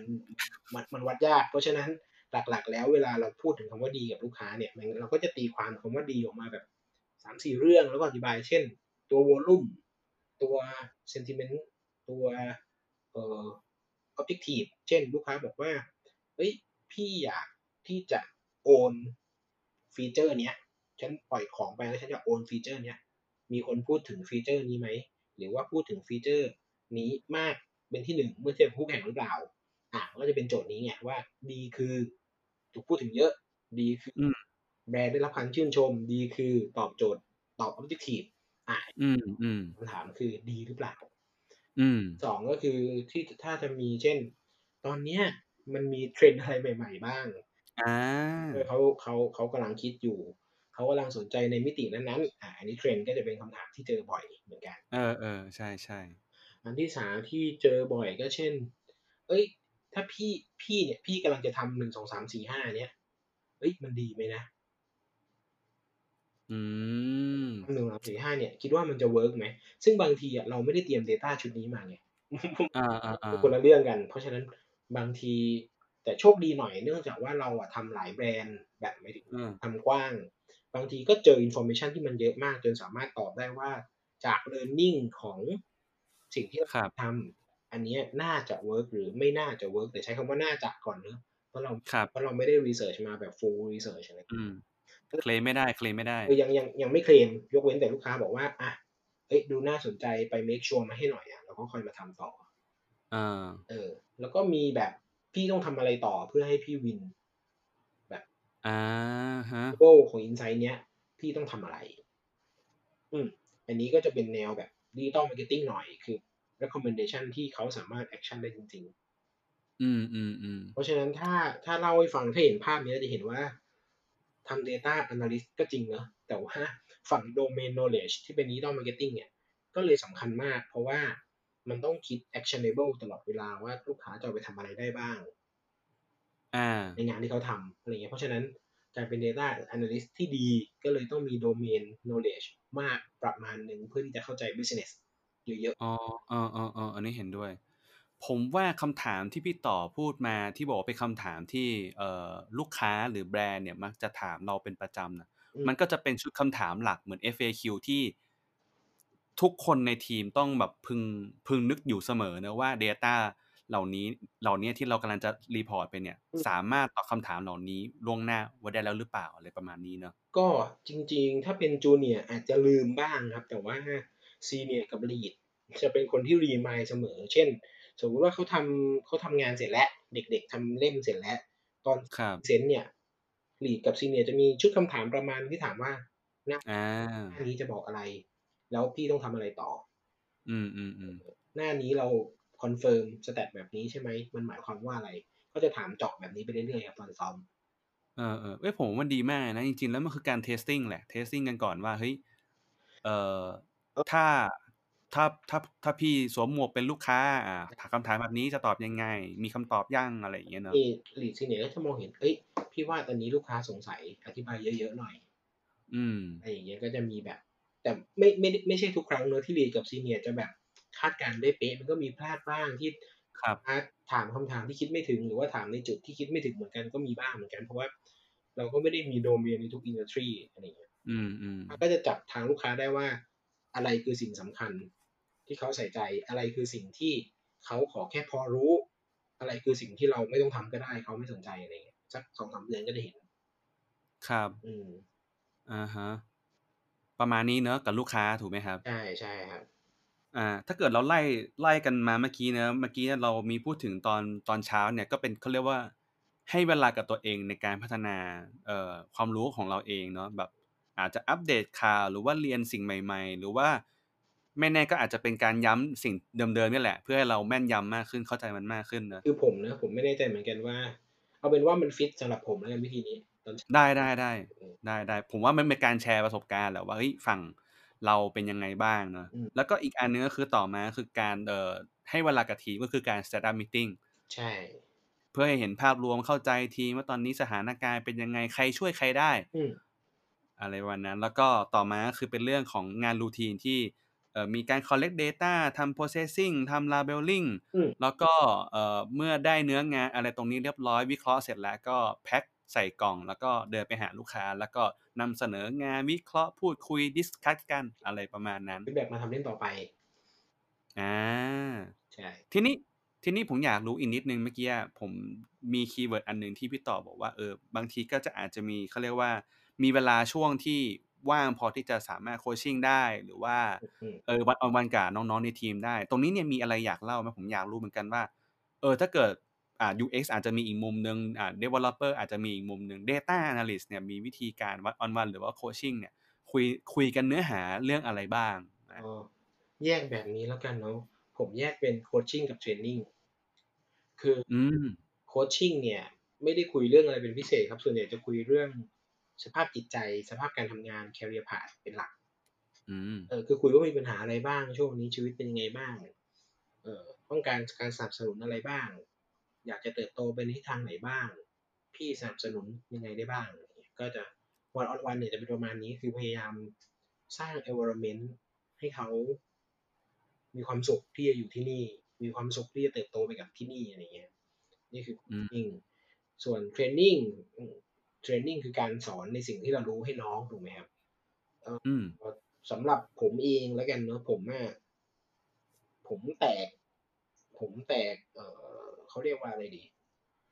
มันมันวัดยาก เพราะฉะนั้นหลักๆ แล้วเวลาเราพูดถึงคำว่าดีกับลูกค้าเนี่ยมันเราก็จะตีความคำว่าดีออกมาแบบสามสี่เรื่องแล้วก็อธิบาย เช่น ตัววอลลุ่มตัว sentiment ตัวเอ่อ objective เช่นลูกค้าบอกว่าเฮ้ยพี่อยากที่จะโอนฟีเจอร์เนี้ย ฉันปล่อยของไปแล้วฉันอยากโอนฟีเจอร์เนี้ย มีคนพูดถึงฟีเจอร์นี้ไหม หรือว่าพูดถึงฟีเจอร์นี้มากเป็นที่หนึ่งเมื่อเทียบกับคู่แข่งหรือเปล่า อ่ะก็จะเป็นโจทย์นี้ไงว่าดีคือถูกพูดถึงเยอะ ดีคืออ ม แบรนด์ได้รับการชื่นชม ดีคือตอบโจทย์ตอบออบเจกตีฟ อืม อืม คำถามคือดีหรือเปล่า อืม สองก็คือที่ถ้าจะมีเช่น ตอนเนี้ยมันมีเทรนด์อะไรใหม่ ๆ บ้าง อ่า เออเขาเขาเขากำลังคิดอยู่ เขากำลังสนใจในมิตินั้นๆอ่ะอันนี้เทรนด์ก็จะเป็นคำถามที่เจอบ่อยเหมือนกัน เออเออ ใช่ใช่ อันที่สามที่เจอบ่อยก็เช่น เอ้ย ถ้าพี่พี่เนี่ย พี่กำลังจะทำหนึ่งสองสามสี่ห้าเนี่ยเอ้ยมันดีไหมนะ อืม ทำหนึ่งสามสี่ห้าเนี่ย คิดว่ามันจะเวิร์กไหม ซึ่งบางทีอ่ะเราไม่ได้เตรียม Data ชุดนี้มาไง อ่าอ่าอ่า คนละเรื่องกัน เพราะฉะนั้นบางทีแต่โชคดีหน่อยเนื่องจากว่าเราอ่ะทำหลายแบรนด์แบบไม่ถึง เออ ทำกว้าง บางทีก็เจออินโฟ a t ชันที่มันเยอะมาก จนสามารถตอบได้ว่าจากเ e ิร์นนิ่งของสิ่งที่เรา ครับ ทำอันเนี้ยน่าจะเวิร์กหรือไม่น่าจะเวิร์กแต่ใช้คำว่าน่าจะก่อนเนอะเพราะเรา ครับ เพราะเราไม่ได้รีเสิร์ชมาแบบ full research อะไร อืม เคลมไม่ได้ เคลมไม่ได้ คือยังยังยังไม่เคลมยกเว้นแต่ลูกค้าบอกว่า อ่ะ เอ้ยดูน่าสนใจไป make sure มาให้หน่อยอ่ะแล้วก็ค่อยมาทำต่อ อ่า เออ แล้วก็มีแบบพี่ต้องทำอะไรต่อเพื่อให้พี่วิน อ่าฮะ โก้ของอินไซ h ์เนี้ย พี่ต้องทำอะไร อืม อันนี้ก็จะเป็นแนวแบบดิจิตอลมาร์เก็ตติ้งหน่อยคือ recommendation ที่เขาสามารถ action ได้จริง ๆ อืมอืมอืม เพราะฉะนั้นถ้าถ้าเล่าให้ฟังถ้าเห็นภาพนี้เราจะเห็นว่าทำ Data Analyst ก็จริงเนอะแต่ว่าฝั่ง Domain Knowledge ที่เป็น Digital Marketing เนี่ย ก็เลยสำคัญมาก เพราะว่ามันต้องคิด actionable ตลอดเวลาว่าลูกค้าจะเอาไปทำอะไรได้บ้าง อ่า ในงานที่เขาทำอะไรเงี้ยเพราะฉะนั้นการเป็น Data Analyst ที่ดีก็เลยต้องมี Domain Knowledge มากประมาณหนึ่งเพื่อที่จะเข้าใจ business เยอะ อ๋ออ๋ออ๋ออ๋ออันนี้เห็นด้วย ผมว่าคำถามที่พี่ต่อพูดมาที่บอกว่าเป็นคำถามที่เอ่อลูกค้าหรือแบรนด์เนี่ยมักจะถามเราเป็นประจำนะ ๆ มันก็จะเป็นชุดคำถามหลักเหมือน FAQ ที่ทุกคนในทีมต้องแบบพึงพึงนึกอยู่เสมอนะว่า Data เหล่านี้เหล่านี้ที่เรากำลังจะรีพอร์ตไปเนี่ย สามารถตอบคำถามเหล่านี้ล่วงหน้าไว้ได้แล้วหรือเปล่าอะไรประมาณนี้เนอะ ก็จริงๆ ถ้าเป็นจูเนียร์อาจจะลืมบ้างครับ แต่ว่าซีเนียร์กับลีดจะเป็นคนที่รีมายเสมอ เช่น สมมติว่าเขาทำเขาทำงานเสร็จแล้ว เด็กๆทำเล่มเสร็จแล้ว ตอน ครับ เซ็นเนี่ยลีดกับซีเนียร์จะมีชุดคำถามประมาณที่ถามว่า อ่า หน้านี้จะบอกอะไร แล้วพี่ต้องทำอะไรต่อ อืมอืมอืม หน้านี้เราคอนเฟิร์มสแตทแบบนี้ใช่ไหมมันหมายความว่าอะไร ก็จะถามเจาะแบบนี้ไปเรื่อยๆครับตอนซ้อม เออเออเอ้ยผมว่ามันดีมากนะจริงๆ แล้วมันคือการเทสติ้งแหละเทสติ้งกันก่อนว่าเฮ้ยเอ่อถ้าถ้าถ้าถ้าพี่สวมหมวกเป็นลูกค้าอ่าถามคำถามแบบนี้จะตอบยังไง มีคำตอบยั่งอะไรอย่างเงี้ยเนอะ ที่ลีดซีเนียร์ก็จะมองเห็นเอ้ยพี่ว่าตอนนี้ลูกค้าสงสัยอธิบายเยอะๆหน่อย อืม อะไรอย่างเงี้ยก็จะมีแบบ แต่ไม่ไม่ได้ไม่ใช่ทุกครั้งเนอะที่เรียนกับซีเนียร์จะแบบคาดการณ์ได้เป๊ะมันก็มีพลาดบ้างที่ ครับ ถามคำถามที่คิดไม่ถึงหรือว่าถามในจุดที่คิดไม่ถึงเหมือนกันก็มีบ้างเหมือนกันเพราะว่าเราก็ไม่ได้มีโดเมนในทุกอินดัสทรีอะไรอย่างเงี้ย อืมอืม มันก็จะจับทางลูกค้าได้ว่า อะไรคือสิ่งสำคัญ ที่เขาใส่ใจอะไรคือสิ่งที่เขาขอแค่พอรู้ อะไรคือสิ่งที่เราไม่ต้องทำก็ได้เขาไม่สนใจอะไรอย่างเงี้ยสักสองสามเดือนก็จะเห็น ครับ อืม อ่าฮะประมาณนี้เนอะกับลูกค้าถูกไหมครับ ใช่ใช่ครับ อ่าถ้าเกิดเราไล่ไล่กันมาเมื่อกี้นะเมื่อกี้เรามีพูดถึงตอนตอนเช้าเนี่ยก็เป็นเขาเรียกว่าให้เวลากับตัวเองในการพัฒนาเอ่อความรู้ของเราเองเนาะแบบอาจจะอัปเดตข่าวหรือว่าเรียนสิ่งใหม่ ๆ หรือว่าไม่แน่ก็อาจจะเป็นการย้ำสิ่งเดิมๆนี่แหละ เพื่อให้เราแม่นยำมากขึ้นเข้าใจมันมากขึ้นนะ คือผมนะผมไม่แน่ใจเหมือนกันว่า เอาเป็นว่ามันฟิตสำหรับผมแล้วกันวิธีนี้ ตอนเช้า ได้ได้ได้ได้ได้ผมว่ามันเป็นการแชร์ประสบการณ์แหละว่าเฮ้ยฝั่งเราเป็นยังไงบ้างเนาะแล้วก็อีกอันนึงก็คือต่อมาคือการเอ่อให้เวลากับทีมก็คือการ stand up meeting ใช่ เพื่อให้เห็นภาพรวมเข้าใจทีมว่าตอนนี้สถานการณ์เป็นยังไงใครช่วยใครได้ อืม อะไรวันนั้น แล้วก็ต่อมาก็คือเป็นเรื่องของงานรูทีนที่เอ่อมีการ collect data ทำ processing ทำ labeling อืม แล้วก็เอ่อเมื่อได้เนื้องานอะไรตรงนี้เรียบร้อยวิเคราะห์เสร็จแล้วก็แพ็คใส่กล่อง แล้วก็เดินไปหาลูกค้า แล้วก็นำเสนองานวิเคราะห์พูดคุยดิสคัตกันอะไรประมาณนั้น เป็นแบบมาทำเล่นต่อไป อ่า ใช่ ทีนี้ทีนี้ผมอยากรู้อีกนิดนึงเมื่อกี้อะผมมีคีย์เวิร์ดอันหนึ่งที่พี่ต่อบอกว่าเออบางทีก็จะอาจจะมีเขาเรียกว่า มีเวลาช่วงที่ว่างพอที่จะสามารถโคชชิ่งได้หรือว่า อืม เออวันออนวันกับน้องๆในทีมได้ ตรงนี้เนี่ยมีอะไรอยากเล่าไหมผมอยากรู้เหมือนกันว่า เออถ้าเกิดอ่า UX อาจจะมีอีกมุมหนึ่งอ่า developer อาจจะมีอีกมุมหนึ่ง data analyst เนี่ยมีวิธีการวันออนวันหรือว่าโคชชิ่งเนี่ยคุยคุยกันเนื้อหาเรื่องอะไรบ้าง อ๋อแยกแบบนี้แล้วกันเนาะผมแยกเป็นโคชชิ่งกับเทรนนิ่งคือ อืม โคชชิ่งเนี่ย ไม่ได้คุยเรื่องอะไรเป็นพิเศษครับ ส่วนใหญ่จะคุยเรื่องสภาพจิตใจ สภาพการทำงาน career path เป็นหลัก อืม เออคือคุยว่ามีปัญหาอะไรบ้างช่วงนี้ชีวิตเป็นยังไงบ้าง เออต้องการการสนับสนุนอะไรบ้าง อยากจะเติบโตไปในทิศทางไหนบ้าง พี่สนับสนุนยังไงได้บ้าง ก็จะวันออนวันเนี่ยจะเป็นประมาณนี้คือพยายามสร้าง environment ให้เขา มีความสุขที่จะอยู่ที่นี่ มีความสุขที่จะเติบโตไปกับที่นี่อะไรเงี้ยนี่คือ อืม training ส่วนเทรนนิ่งเทรนนิ่งคือการสอนในสิ่งที่เรารู้ให้น้องถูกไหมครับ อืม สำหรับผมเองแล้วกันเนอะผมอะผมแตก ผมแตก เออเขาเรียกว่าอะไรดี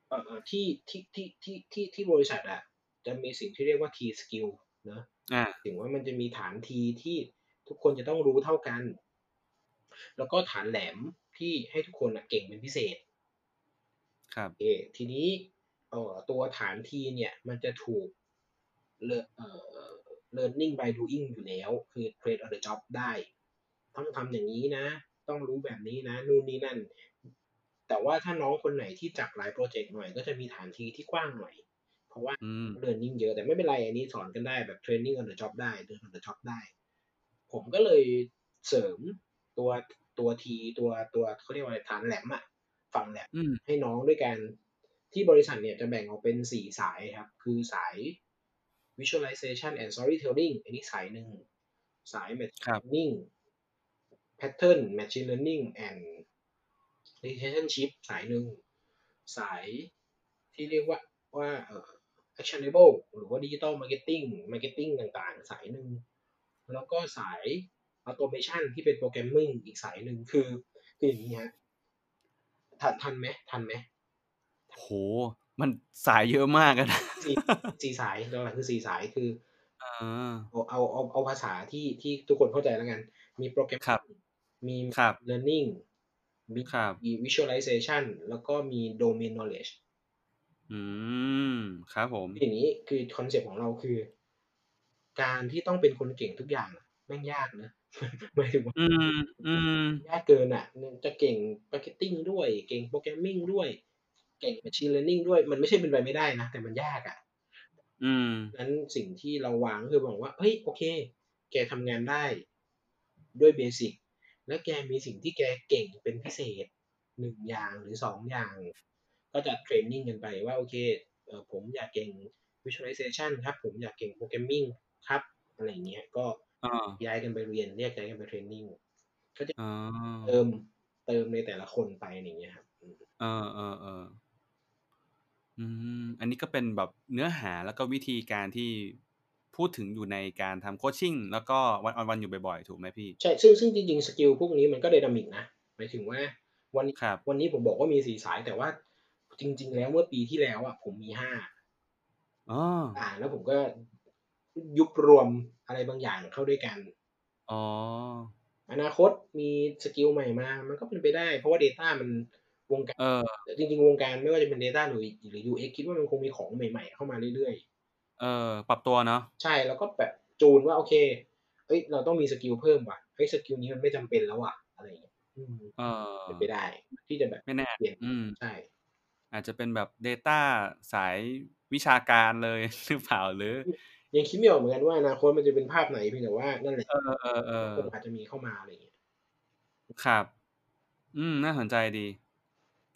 เออเอ่อที่ที่ที่ที่ที่ที่บริษัทอะจะมีสิ่งที่เรียกว่า T skill เนอะ อ่า ถึงว่ามันจะมีฐานทีที่ ทุกคนจะต้องรู้เท่ากัน แล้วก็ฐานแหลมที่ให้ทุกคนน่ะเก่งเป็นพิเศษ ครับ เออทีนี้เอ่อตัวฐานทีเนี่ยมันจะถูกเลเอ่อ learning by doing อยู่แล้ว คือ trade on the job ได้ ต้องทำอย่างนี้นะ ต้องรู้แบบนี้นะ นู่นนี่นั่น แต่ว่าถ้าน้องคนไหนที่จับหลายโปรเจกต์หน่อย ก็จะมีฐานทีที่กว้างหน่อย เพราะว่า อืม learning เยอะ แต่ไม่เป็นไร อันนี้สอนกันได้แบบ training on the job ได้ learn on the job ได้ ผมก็เลยเสริมตัวตัวทีตัวตัวเขาเรียกว่าอะไรฐานแหลมอะฝั่งแหลม อืม ให้น้องด้วยกันที่บริษัทเนี่ยจะแบ่งออกเป็นสี่สายครับ คือสาย visualization and storytelling อันนี้สายหนึ่ง สาย machine ครับ learning pattern machine learning and relationship สายหนึ่ง สายที่เรียกว่าว่าเอ่อ actionable หรือว่า digital marketing marketing ต่างๆ สายหนึ่ง แล้วก็สาย automation ที่เป็น programming อีกสายหนึ่งคือคืออย่างนี้ฮะทันทันไหมทันไหม โห มันสายเยอะมากอะนะ สี่ สี่สายหลักๆคือสี่สายคือ อ่า เอาเอาเอาเอาภาษาที่ที่ทุกคนเข้าใจแล้วกัน มีโปรแกรม ครับ มี ครับ learning มี ครับ มี visualization แล้วก็มี domain knowledge อืม ครับผม อย่างนี้คือคอนเซปต์ของเราคือ การที่ต้องเป็นคนเก่งทุกอย่างอะแม่งยากนะ หมายถึงว่า อืม อืม ยากเกินอ่ะ จะเก่งมาร์เก็ตติ้งด้วย เก่งโปรแกรมมิ่งด้วย เก่ง machine learning ด้วย มันไม่ใช่เป็นไปไม่ได้นะ แต่มันยากอ่ะ อืม นั้นสิ่งที่เราวางคือบอกว่า เฮ้ย โอเค แกทำงานได้ด้วยเบสิก และแกมีสิ่งที่แกเก่งเป็นพิเศษหนึ่งอย่างหรือสองอย่าง ก็จะเทรนนิ่งกันไปว่า โอเคเอ่อผมอยากเก่ง visualization ครับ ผมอยากเก่งโปรแกรมมิ่งครับ อะไรอย่างเงี้ย ก็ อ่า ย้ายกันไปเรียนเรียกย้ายกันไปเทรนนิ่ง อ่า เติมเติมในแต่ละคนไปอย่างเงี้ยครับอืม เออเออเอออืม อันนี้ก็เป็นแบบเนื้อหาแล้วก็วิธีการที่พูดถึงอยู่ในการทำโคชชิ่งแล้วก็วันออนวันอยู่บ่อยๆ ถูกไหมพี่ ใช่ ซึ่งซึ่งจริงๆ สกิลพวกนี้มันก็ไดนามิกนะ หมายถึงว่าวัน ครับ วันนี้ผมบอกว่ามีสี่สายแต่ว่าจริง ๆ แล้วเมื่อปีที่แล้วอ่ะผมมีห้า อ๋อ อ่า แล้วผมก็ยุบรวมอะไรบางอย่างเข้าด้วยกัน อ๋อ อนาคตมีสกิลใหม่มา มันก็เป็นไปได้ เพราะว่า Data มันวงการ เออ จริง ๆ วงการไม่ว่าจะเป็น Data หรือหรือ UX คิดว่ามันคงมีของใหม่ ๆ เข้ามาเรื่อย เออ ปรับตัวเนาะ ๆ ใช่แล้วก็แบบจูนว่าโอเคเอ้ยเราต้องมีสกิลเพิ่มว่ะเฮ้ยสกิลนี้มันไม่จำเป็นแล้วว่ะอะไรอย่างเงี้ยอืม เออ เป็นไปได้ ที่จะแบบ ไม่แน่ เปลี่ยน อืม ใช่ อาจจะเป็นแบบ Data สายวิชาการเลย หรือเปล่าหรือ ยังคิดไม่ออกเหมือนกันว่าอนาคตมันจะเป็นภาพไหนเพียงแต่ว่านั่นแหละ เออเออเออ คนอาจจะมีเข้ามาอะไรอย่างเงี้ย ครับ อืม น่าสนใจดี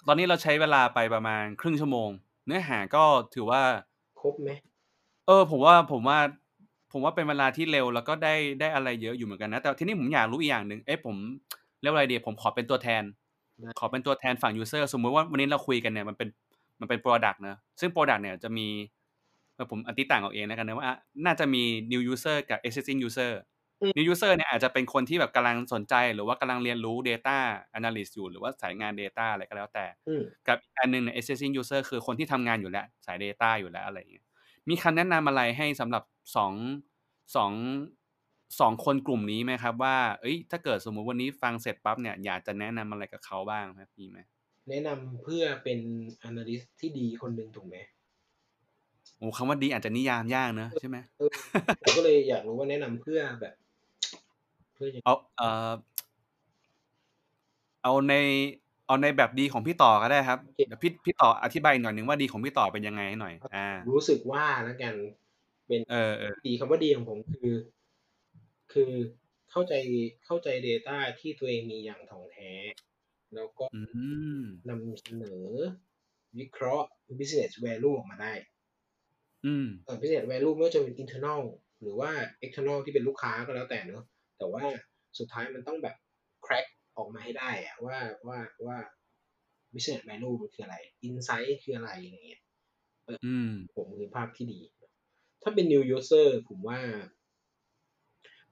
ตอนนี้เราใช้เวลาไปประมาณครึ่งชั่วโมง เนื้อหาก็ถือว่า ครบไหม เออ ผมว่าผมว่า ผมว่าเป็นเวลาที่เร็วแล้วก็ได้ได้อะไรเยอะอยู่เหมือนกันนะ แต่ทีนี้ผมอยากรู้อีกอย่างหนึ่งเอ้ผมเรียกว่าอะไรดีผมขอเป็นตัวแทน ขอเป็นตัวแทนฝั่ง user สมมุติว่าวันนี้เราคุยกันเนี่ยมันเป็นมันเป็น product นะ ซึ่ง product เนี่ยจะมีเออผมอธิต่างเอาเองแล้วกันนะว่า น่าจะมี new user กับ existing user new user เนี่ยอาจจะเป็นคนที่แบบกำลังสนใจหรือว่ากำลังเรียนรู้ data analyst อยู่หรือว่าสายงาน data อะไรก็แล้วแต่ อืม กับอีกอันหนึ่งเนี่ย existing user คือคนที่ทำงานอยู่แล้วสาย data อยู่แล้วอะไรอย่างเงี้ย มีคำแนะนำอะไรให้สำหรับสองสองสองคนกลุ่มนี้ไหมครับว่า เอ้ย ถ้าเกิดสมมุติวันนี้ฟังเสร็จปั๊บเนี่ยอยากจะแนะนำอะไรกับเขาบ้างครับมีไหม แนะนำเพื่อเป็น analyst ที่ดีคนหนึ่งถูกไหม โอ้คำว่าดีอาจจะนิยามยากเนอะใช่ไหม เออ ผมก็เลยอยากรู้ว่าแนะนำเพื่อแบบ เพื่อยัง เอาเอ่อเอาในเอาในแบบดีของพี่ต่อก็ได้ครับเดี๋ยวพี่พี่ต่ออธิบายหน่อยหนึ่งว่าดีของพี่ต่อเป็นยังไงให้หน่อย อ่า รู้สึกว่าแล้วกัน เออเออ ดีคำว่าดีของผมคือ คือเข้าใจเข้าใจ Data ที่ตัวเองมีอย่างถ่องแท้ แล้วก็ อืม นำเสนอ วิเคราะห์ business value ออกมาได้ อืม เอ่อ business value ไม่ว่าจะเป็น internal หรือว่า external ที่เป็นลูกค้าก็แล้วแต่เนอะแต่ว่าสุดท้ายมันต้องแบบ crack ออกมาให้ได้อะว่าว่าว่า business value มันคืออะไร insight คืออะไรอย่างเงี้ย อืม ผมคือภาพที่ดี ถ้าเป็น new user ผมว่า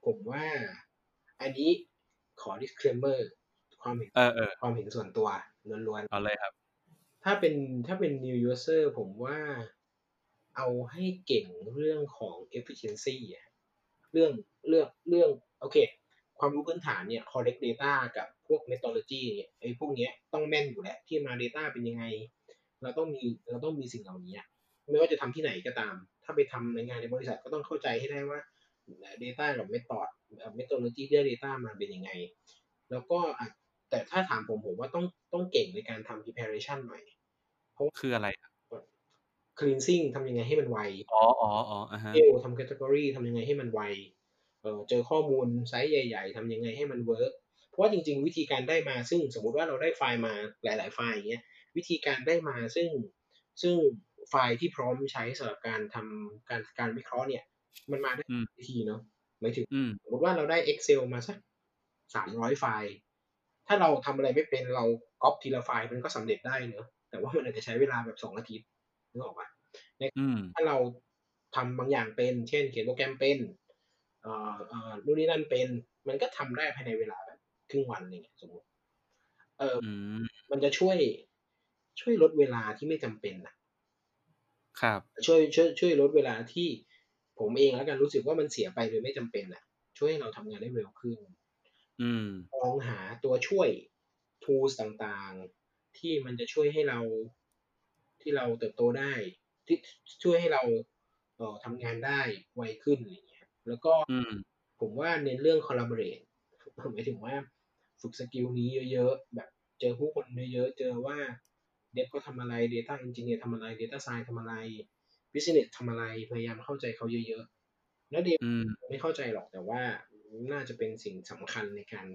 ผมว่า อันนี้ขอ disclaimer ความเห็น เออเออ ความเห็นส่วนตัวล้วน เอาเลยครับ ๆ ถ้าเป็นถ้าเป็น new user ผมว่าเอาให้เก่งเรื่องของ efficiency อะ เรื่องเรื่องเรื่องโอเค ความรู้พื้นฐานเนี่ย collect data กับพวก methodology เนี่ยไอ้พวกเนี้ยต้องแม่นอยู่แล้ว ที่มา data เป็นยังไง เราต้องมีเราต้องมีสิ่งเหล่านี้อะไม่ว่าจะทำที่ไหนก็ตาม ถ้าไปทำในงานในบริษัทก็ต้องเข้าใจให้ได้ว่า data กับ method เอ่อ methodology ที่ได้ data มาเป็นยังไง แล้วก็อ่ะแต่ถ้าถามผมผมว่าต้องต้องเก่งในการทำ preparation หน่อย คืออะไร cleansing ทำยังไงให้มันไว อ๋ออ๋ออ๋ออ่าฮะ เอลทำแคตตากรีทำยังไงให้มันไวเออเจอข้อมูลไซส์ใหญ่ๆทำยังไงให้มันเวิร์กเพราะว่าจริงๆ วิธีการได้มาซึ่งสมมุติว่าเราได้ไฟล์มาหลาย ๆ ไฟล์อย่างเงี้ยวิธีการได้มาซึ่งซึ่งไฟล์ที่พร้อมใช้สำหรับการทำการการวิเคราะห์เนี่ย มันมาได้หลายวิธีเนาะหมายถึง อืม สมมติว่าเราได้ Excel มาสักสามร้อยไฟล์ ถ้าเราทำอะไรไม่เป็นเราก๊อปทีละไฟล์มันก็สำเร็จได้เนอะแต่ว่ามันอาจจะใช้เวลาแบบสองอาทิตย์นึกออกปะ อืม ถ้าเราทำบางอย่างเป็น เช่น เขียนโปรแกรมเป็นเอ่อเอ่อนู่นนี่นั่นเป็น มันก็ทำได้ภายในเวลาแบบครึ่งวันอะไรเงี้ยสมมติ เออ อืม มันจะช่วยช่วยลดเวลาที่ไม่จำเป็นนะครับ ช่วยช่วยช่วยลดเวลาที่ผมเองแล้วกันรู้สึกว่ามันเสียไปโดยไม่จำเป็นอ่ะ ช่วยให้เราทำงานได้เร็วขึ้น อืม ลองหาตัวช่วย tools ต่างๆ ที่มันจะช่วยให้เราที่เราเติบโตได้ ที่ช่วยให้เราเอ่อทำงานได้ไวขึ้นอะไรอย่างเงี้ยครับแล้วก็ อืม ผมว่าเน้นเรื่อง collaborate หมายถึงว่าฝึกสกิลนี้เยอะๆ แบบเจอผู้คนเยอะๆ เจอว่าเด็บก็ทำอะไร data engineer ทำอะไร data science ทำอะไร business ทำอะไร พยายามเข้าใจเขาเยอะๆ แล้วเด อืม ไม่เข้าใจหรอกแต่ว่าน่าจะเป็นสิ่งสำคัญในการ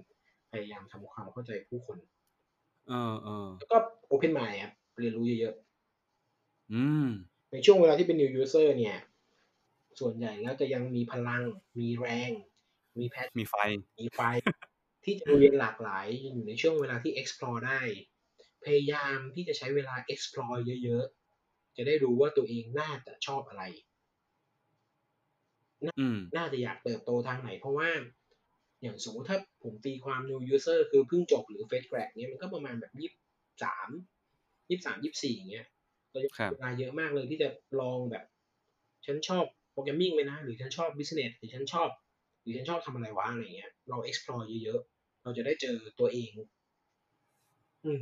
พยายามทำความเข้าใจผู้คน เออเออ แล้วก็โอเพนไมล์ครับเรียนรู้เยอะ อืม ๆ ในช่วงเวลาที่เป็น new user เนี่ย ส่วนใหญ่แล้วจะยังมีพลัง มีแรง มีแพช มีไฟ มีไฟ ที่จะเรียนหลากหลายอยู่ในช่วงเวลาที่ explore ได้ พยายามที่จะใช้เวลา explore เยอะๆ จะได้รู้ว่าตัวเองน่าจะชอบอะไร อืม น่าจะอยากเติบโตทางไหน เพราะว่า อย่างสมมติถ้าผมตีความ new user คือเพิ่งจบหรือ fresh grad เนี้ยมันก็ประมาณแบบยี่สามยี่สามยี่สี่เงี้ยเราจะ ครับ เวลาเยอะมากเลยที่จะลองแบบ ฉันชอบโปรแกรมมิ่งเลยนะ หรือฉันชอบ business หรือฉันชอบ หรือฉันชอบทำอะไรวะอะไรเงี้ยเรา explore เยอะๆ เราจะได้เจอตัวเอง อืม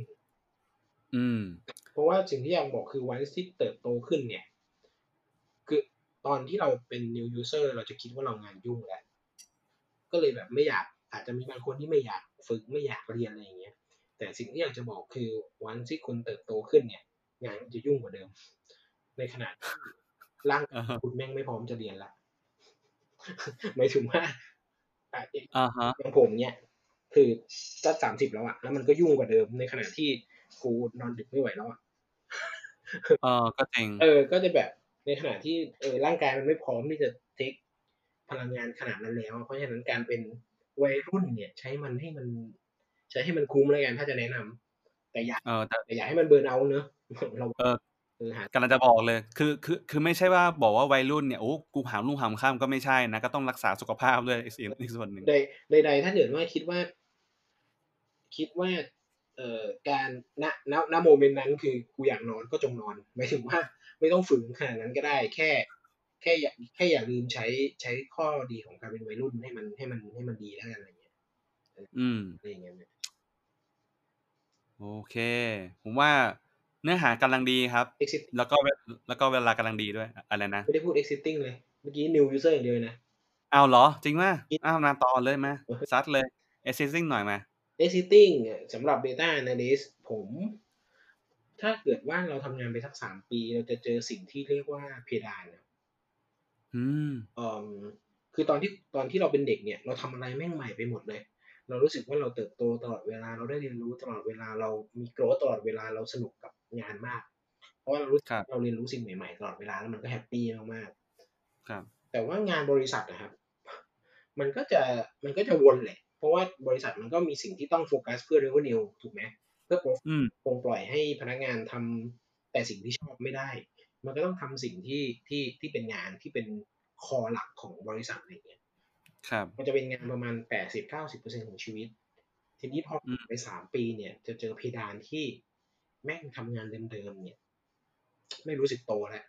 อืม เพราะว่าสิ่งที่อยากบอกคือวันที่เติบโตขึ้นเนี่ย คือตอนที่เราเป็น new user เราจะคิดว่าเรางานยุ่งแล้ว ก็เลยแบบไม่อยากอาจจะมีบางคนที่ไม่อยากฝึกไม่อยากเรียนอะไรอย่างเงี้ย แต่สิ่งที่อยากจะบอกคือวันที่คุณเติบโตขึ้นเนี่ย งานมันจะยุ่งกว่าเดิม ในขณะที่ร่างกาย อ่าฮะ คุณแม่งไม่พร้อมจะเรียนละ หมายถึงว่าอ่ะ อ่าฮะ อย่างผมเนี่ย คือจะสามสิบแล้วอะแล้วมันก็ยุ่งกว่าเดิมในขณะที่กูนอนดึกไม่ไหวแล้วอะ เออ ก็จริง เออ ก็จะแบบในขณะที่เออร่างกายมันไม่พร้อมที่จะเทคพลังงานขนาดนั้นแล้ว เพราะฉะนั้นการเป็นวัยรุ่นเนี่ย ใช้มันให้มัน ใช้ให้มันคุ้มแล้วกันถ้าจะแนะนำแต่อย่า เออแต่ แต่อย่าให้มันเบิร์นเอาท์เนอะ เรา เออ เออหาก ำลังจะบอกเลย คือ คือ คือไม่ใช่ว่าบอกว่าวัยรุ่นเนี่ย โอ้ กูหามลุ่งหามข้ามก็ไม่ใช่นะ ก็ต้องรักษาสุขภาพด้วยอีกสิ่งอีกส่วนหนึ่ง ใดใดๆถ้าเกิดว่าคิดว่า คิดว่า เอ่อการณณณโมเมนต์นั้นคือกูอยากนอนก็จงน อนหมายถึงว่า ไม่ต้องฝืนขนาดนั้นก็ได้ แค่ แค่อย่าแค่อย่าลืมใช้ใช้ข้อดีของการเป็นวัยรุ่นให้มันให้มันให้มันดีแล้วกันอะไรเงี้ย อืม อะไรอย่างเงี้ยเนี่ย โอเค ผมว่าเนื้อหากำลังดีครับ เอ็กซิส แล้วก็เวแล้วก็เวลากำลังดีด้วยอะอะไรนะ ไม่ได้พูด existing เลย เมื่อกี้ new user อย่างเดียวเลยนะ เอาเหรอ จริงว่าอ้าวมาต่อเลยมาซัดเลย assessing หน่อยมา exiting เนี่ยสำหรับ data analyst ผม ถ้าเกิดว่าเราทำงานไปสักสามปี เราจะเจอสิ่งที่เรียกว่าเพดานอะ อืม เอิ่มคือตอนที่ตอนที่เราเป็นเด็กเนี่ย เราทำอะไรแม่งใหม่ไปหมดเลย เรารู้สึกว่าเราเติบโตตลอดเวลาเราได้เรียนรู้ตลอดเวลาเรามีโกรธตลอดเวลาเราสนุกกับงานมาก เพราะว่าเรารู้สึก ครับ เราเรียนรู้สิ่งใหม่ๆตลอดเวลาแล้วมันก็แฮปปี้มาก ครับ ๆแต่ว่างานบริษัทนะครับ มันก็จะมันก็จะวนแหละ เพราะว่าบริษัทมันก็มีสิ่งที่ต้องโฟกัสเพื่อ revenue ถูกไหมเพื่อ profit อืม คงปล่อยให้พนักงานทำแต่สิ่งที่ชอบไม่ได้ มันก็ต้องทำสิ่งที่ที่ที่เป็นงานที่เป็นคอหลักของบริษัทอะไรอย่างเงี้ย ครับ มันจะเป็นงานประมาณ 80-90%ของชีวิต ทีนี้พอ อืม ไปสามปีเนี่ย จะเจอเพดานที่แม่งทำงานเดิมๆเนี่ย ไม่รู้สึกโตแล้ว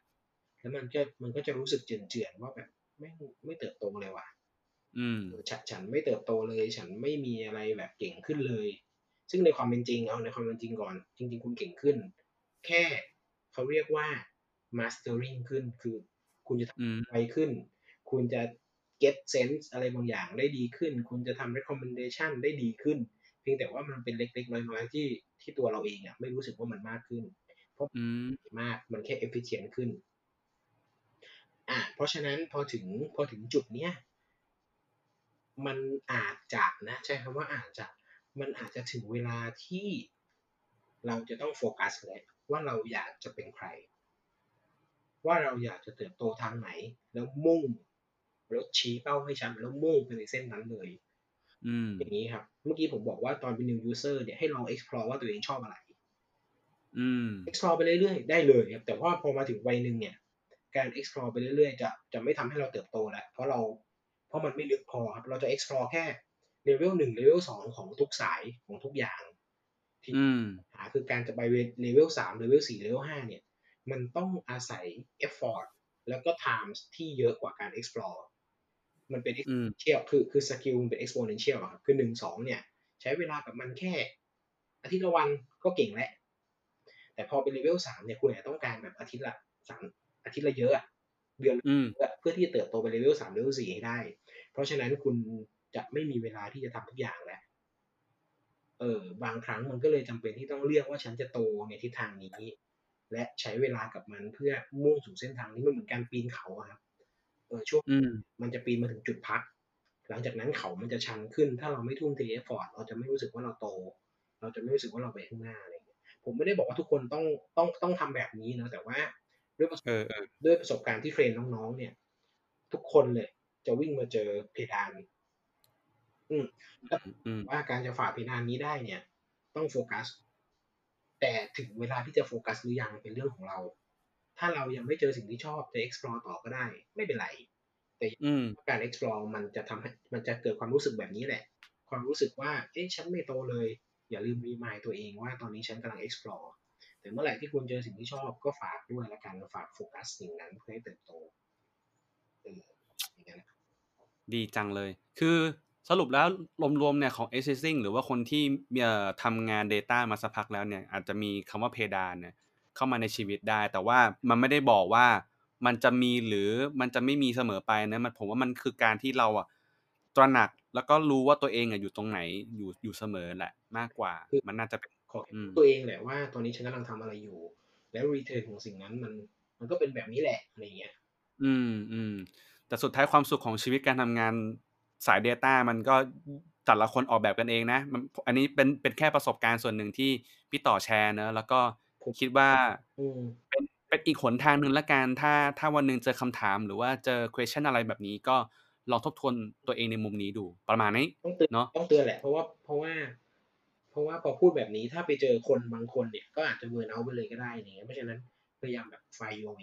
แล้วมันก็มันก็จะรู้สึกเจือนๆว่าแบบแม่งไม่เติบโตเลยว่ะ อืม ฉนฉันไม่เติบโตเลย ฉันไม่มีอะไรแบบเก่งขึ้นเลย ซึ่งในความเป็นจริงเอาในความเป็นจริงก่อน จริง ๆ คุณเก่งขึ้น แค่เขาเรียกว่า mastering ขึ้นคือ คุณจะท อืม ำอะไรขึ้น คุณจะ get sense อะไรบางอย่างได้ดีขึ้น คุณจะทำ recommendation ได้ดีขึ้น เพียงแต่ว่ามันเป็นเล็กๆน้อยๆที่ที่ตัวเราเองอะไม่รู้สึกว่ามันมากขึ้น อืม มากมันแค่ efficient ขึ้น อ่ะเพราะฉะนั้นพอถึงพอถึงจุดเนี้ย มันอาจจะนะ ใช้คำว่าอาจจะ มันอาจจะถึงเวลาที่เราจะต้องโฟกัสแล้วว่าเราอยากจะเป็นใคร ว่าเราอยากจะเติบโตทางไหน แล้วมุ่งแล้วชี้เป้าให้ชัดแล้วมุ่งไปในเส้นนั้นเลย อืม อย่างนี้ครับ เมื่อกี้ผมบอกว่าตอนเป็น new user เนี่ยให้ลอง explore ว่าตัวเองชอบอะไร อืม explore ไปเรื่อยๆ ได้เลยครับแต่ว่าพอมาถึงวัยหนึ่งเนี่ย การ explore ไปเรื่อยๆ จะจะไม่ทำให้เราเติบโตแล้ว เพราะเราเพราะมันไม่ลึกพอครับ เราจะ explore แค่เลเวลหนึ่งเลเวลสองของทุกสายของทุกอย่าง อืม หาคือการจะไปเลเวลสามเลเวลสี่เลเวลห้าเนี่ย มันต้องอาศัย effort แล้วก็ times ที่เยอะกว่าการ explore มันเป็น อืม เทียบคือคือสกิลมันเป็น exponential อะครับคือหนึ่งสองเนี่ย ใช้เวลากับมันแค่ อาทิตย์ละวันก็เก่งแล้ว แต่พอเป็นเลเวลสามเนี่ยคุณอาจจะต้องการแบบอาทิตย์ละสามอาทิตย์ละเยอะอะเดือนละ อืม เยอะเพื่อที่จะเติบโตไปเลเวลสามเลเวลสี่ให้ได้ เพราะฉะนั้นคุณจะไม่มีเวลาที่จะทำทุกอย่างแล้วเออบางครั้งมันก็เลยจำเป็นที่ต้องเลือกว่าฉันจะโตในทิศทางนี้ และใช้เวลากับมันเพื่อมุ่งสู่เส้นทางนี้มันเหมือนการปีนเขาอะครับเออช่วง อืม มันจะปีนมาถึงจุดพัก หลังจากนั้นเขามันจะชันขึ้น ถ้าเราไม่ทุ่มเทเอฟฟอร์ดเราจะไม่รู้สึกว่าเราโต เราจะไม่รู้สึกว่าเราไปข้างหน้าอะไรอย่างเงี้ย ผมไม่ได้บอกว่าทุกคนต้องต้องต้องทำแบบนี้นะ แต่ว่าด้วยประสบ เออเออ ด้วยประสบการณ์ที่เทรนน้องๆ เนี่ย ทุกคนเลยจะวิ่งมาเจอเพดาน อืม ว่าการจะฝ่าเพดานนี้ได้เนี่ย ต้องโฟกัส แต่ถึงเวลาที่จะโฟกัสหรือยังเป็นเรื่องของเรา ถ้าเรายังไม่เจอสิ่งที่ชอบจะ explore ต่อก็ได้ ไม่เป็นไร อืม การ explore มันจะทำให้มันจะเกิดความรู้สึกแบบนี้แหละ ความรู้สึกว่า เอ๊ะ ฉันไม่โตเลย อย่าลืมรีมายตัวเองว่าตอนนี้ฉันกำลัง explore แต่เมื่อไหร่ที่คุณเจอสิ่งที่ชอบก็ฝากด้วยละกัน ฝากโฟกัสสิ่งนั้นเพื่อให้เติบโตเอออย่างนั้นนะ ดีจังเลย คือสรุปแล้วรวมๆเนี่ยของ existing หรือว่าคนที่มีเอ่อทำงาน Data มาสักพักแล้วเนี่ย อาจจะมีคำว่าเพดานเนี่ยเข้ามาในชีวิตได้ แต่ว่ามันไม่ได้บอกว่ามันจะมีหรือมันจะไม่มีเสมอไปนะมันผมว่ามันคือการที่เราอะตระหนักแล้วก็รู้ว่าตัวเองอะอยู่ตรงไหนอยู่อยู่เสมอแหละมากกว่า มันน่าจะเป็น ขอ อืม ตัวเองแหละว่าตอนนี้ฉันกำลังทำอะไรอยู่ แล้ว return ของสิ่งนั้นมัน มันก็เป็นแบบนี้แหละอะไรอย่างเงี้ย อืมอืมแต่สุดท้ายความสุขของชีวิตการทำงานสาย Data มันก็แต่ละคนออกแบบกันเองนะมันอันนี้เป็นเป็นแค่ประสบการณ์ส่วนหนึ่งที่พี่ต่อแชร์เนอะแล้วก็ผมคิดว่า อืม เป็นเป็นอีกหนทางหนึ่งละกันถ้าถ้าวันหนึ่งเจอคำถามหรือว่าเจอ question อะไรแบบนี้ก็ลองทบทวนตัวเองในมุมนี้ดูประมาณนี้ ต้องเตือน เนอะ ต้องเตือนแหละ เพราะว่าเพราะว่า เพราะว่าพอพูดแบบนี้ถ้าไปเจอคนบางคนเนี่ยก็อาจจะเมินเอาไปเลยก็ได้อะไรเงี้ยเพราะฉะนั้นพยายามแบบไฟโยเว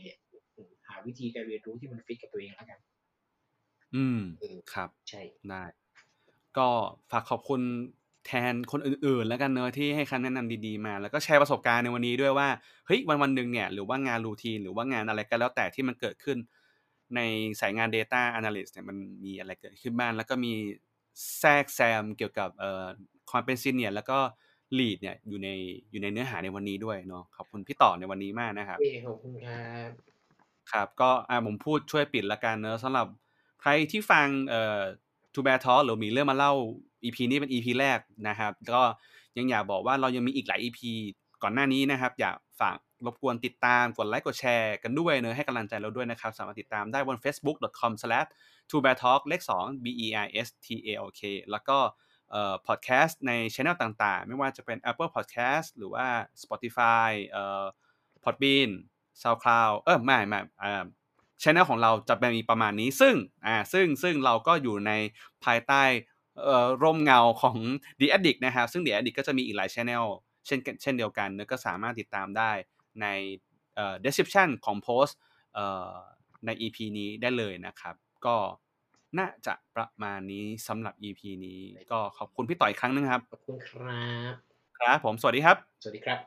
หาวิธีการเรียนรู้ที่มันฟิตกับตัวเองแล้วกัน อืม อืม ครับ ใช่ ได้ ก็ฝากขอบคุณแทนคนอื่นๆ แล้วกันเนอะที่ให้คำแนะนำดีๆมา แล้วก็แชร์ประสบการณ์ในวันนี้ด้วยว่าเฮ้ยวันวันๆหนึ่งเนี่ยหรือว่างานรูทีนหรือว่างานอะไรก็แล้วแต่ที่มันเกิดขึ้น ในสายงาน Data Analyst เนี่ยมันมีอะไรเกิดขึ้นบ้างแล้วก็มีแทรกแซมเกี่ยวกับเอ่อความเป็นซีเนียแล้วก็ lead เนี่ยอยู่ในอยู่ในเนื้อหาในวันนี้ด้วยเนาะขอบคุณพี่ต่อในวันนี้มากนะครับ โอเคขอบคุณครับ ครับก็อ่าผมพูดช่วยปิดละกันเนอะสำหรับใครที่ฟังเอ่อ To Bear Talk หรือมีเรื่องมาเล่า EP นี้เป็น EP แรกนะครับ ก็ยังอยากบอกว่าเรายังมีอีกหลาย EP ก่อนหน้านี้นะครับ อยากฝากรบกวนติดตามกดไลค์กดแชร์กันด้วยเนอะให้กำลังใจเราด้วยนะครับ สามารถติดตามได้บน facebook.com slash to bear talk เลข2 b e i s t a l k แล้วก็เอ่อพอดแคสต์ในช anel ต่างๆ ไม่ว่าจะเป็น Apple Podcast หรือว่า Spotify เอ่อ Podbean SoundCloud เออไม่ไม่อ่าช่องของเราจะมีประมาณนี้ซึ่งอ่าซึ่งซึ่งเราก็อยู่ในภายใต้เอ่อร่มเงาของ The Addict นะครับซึ่ง The Addict ก็จะมีอีกหลายช่องเช่นกันเช่นเดียวกันเนอะก็สามารถติดตามได้ในเอ่อ description ของโพสต์เอ่อใน EP นี้ได้เลยนะครับ ก็น่าจะประมาณนี้สำหรับ EP นี้ก็ขอบคุณพี่ต่อยครั้งหนึงครับ ขอบคุณครับ ครับผมสวัสดีครับ สวัสดีครับ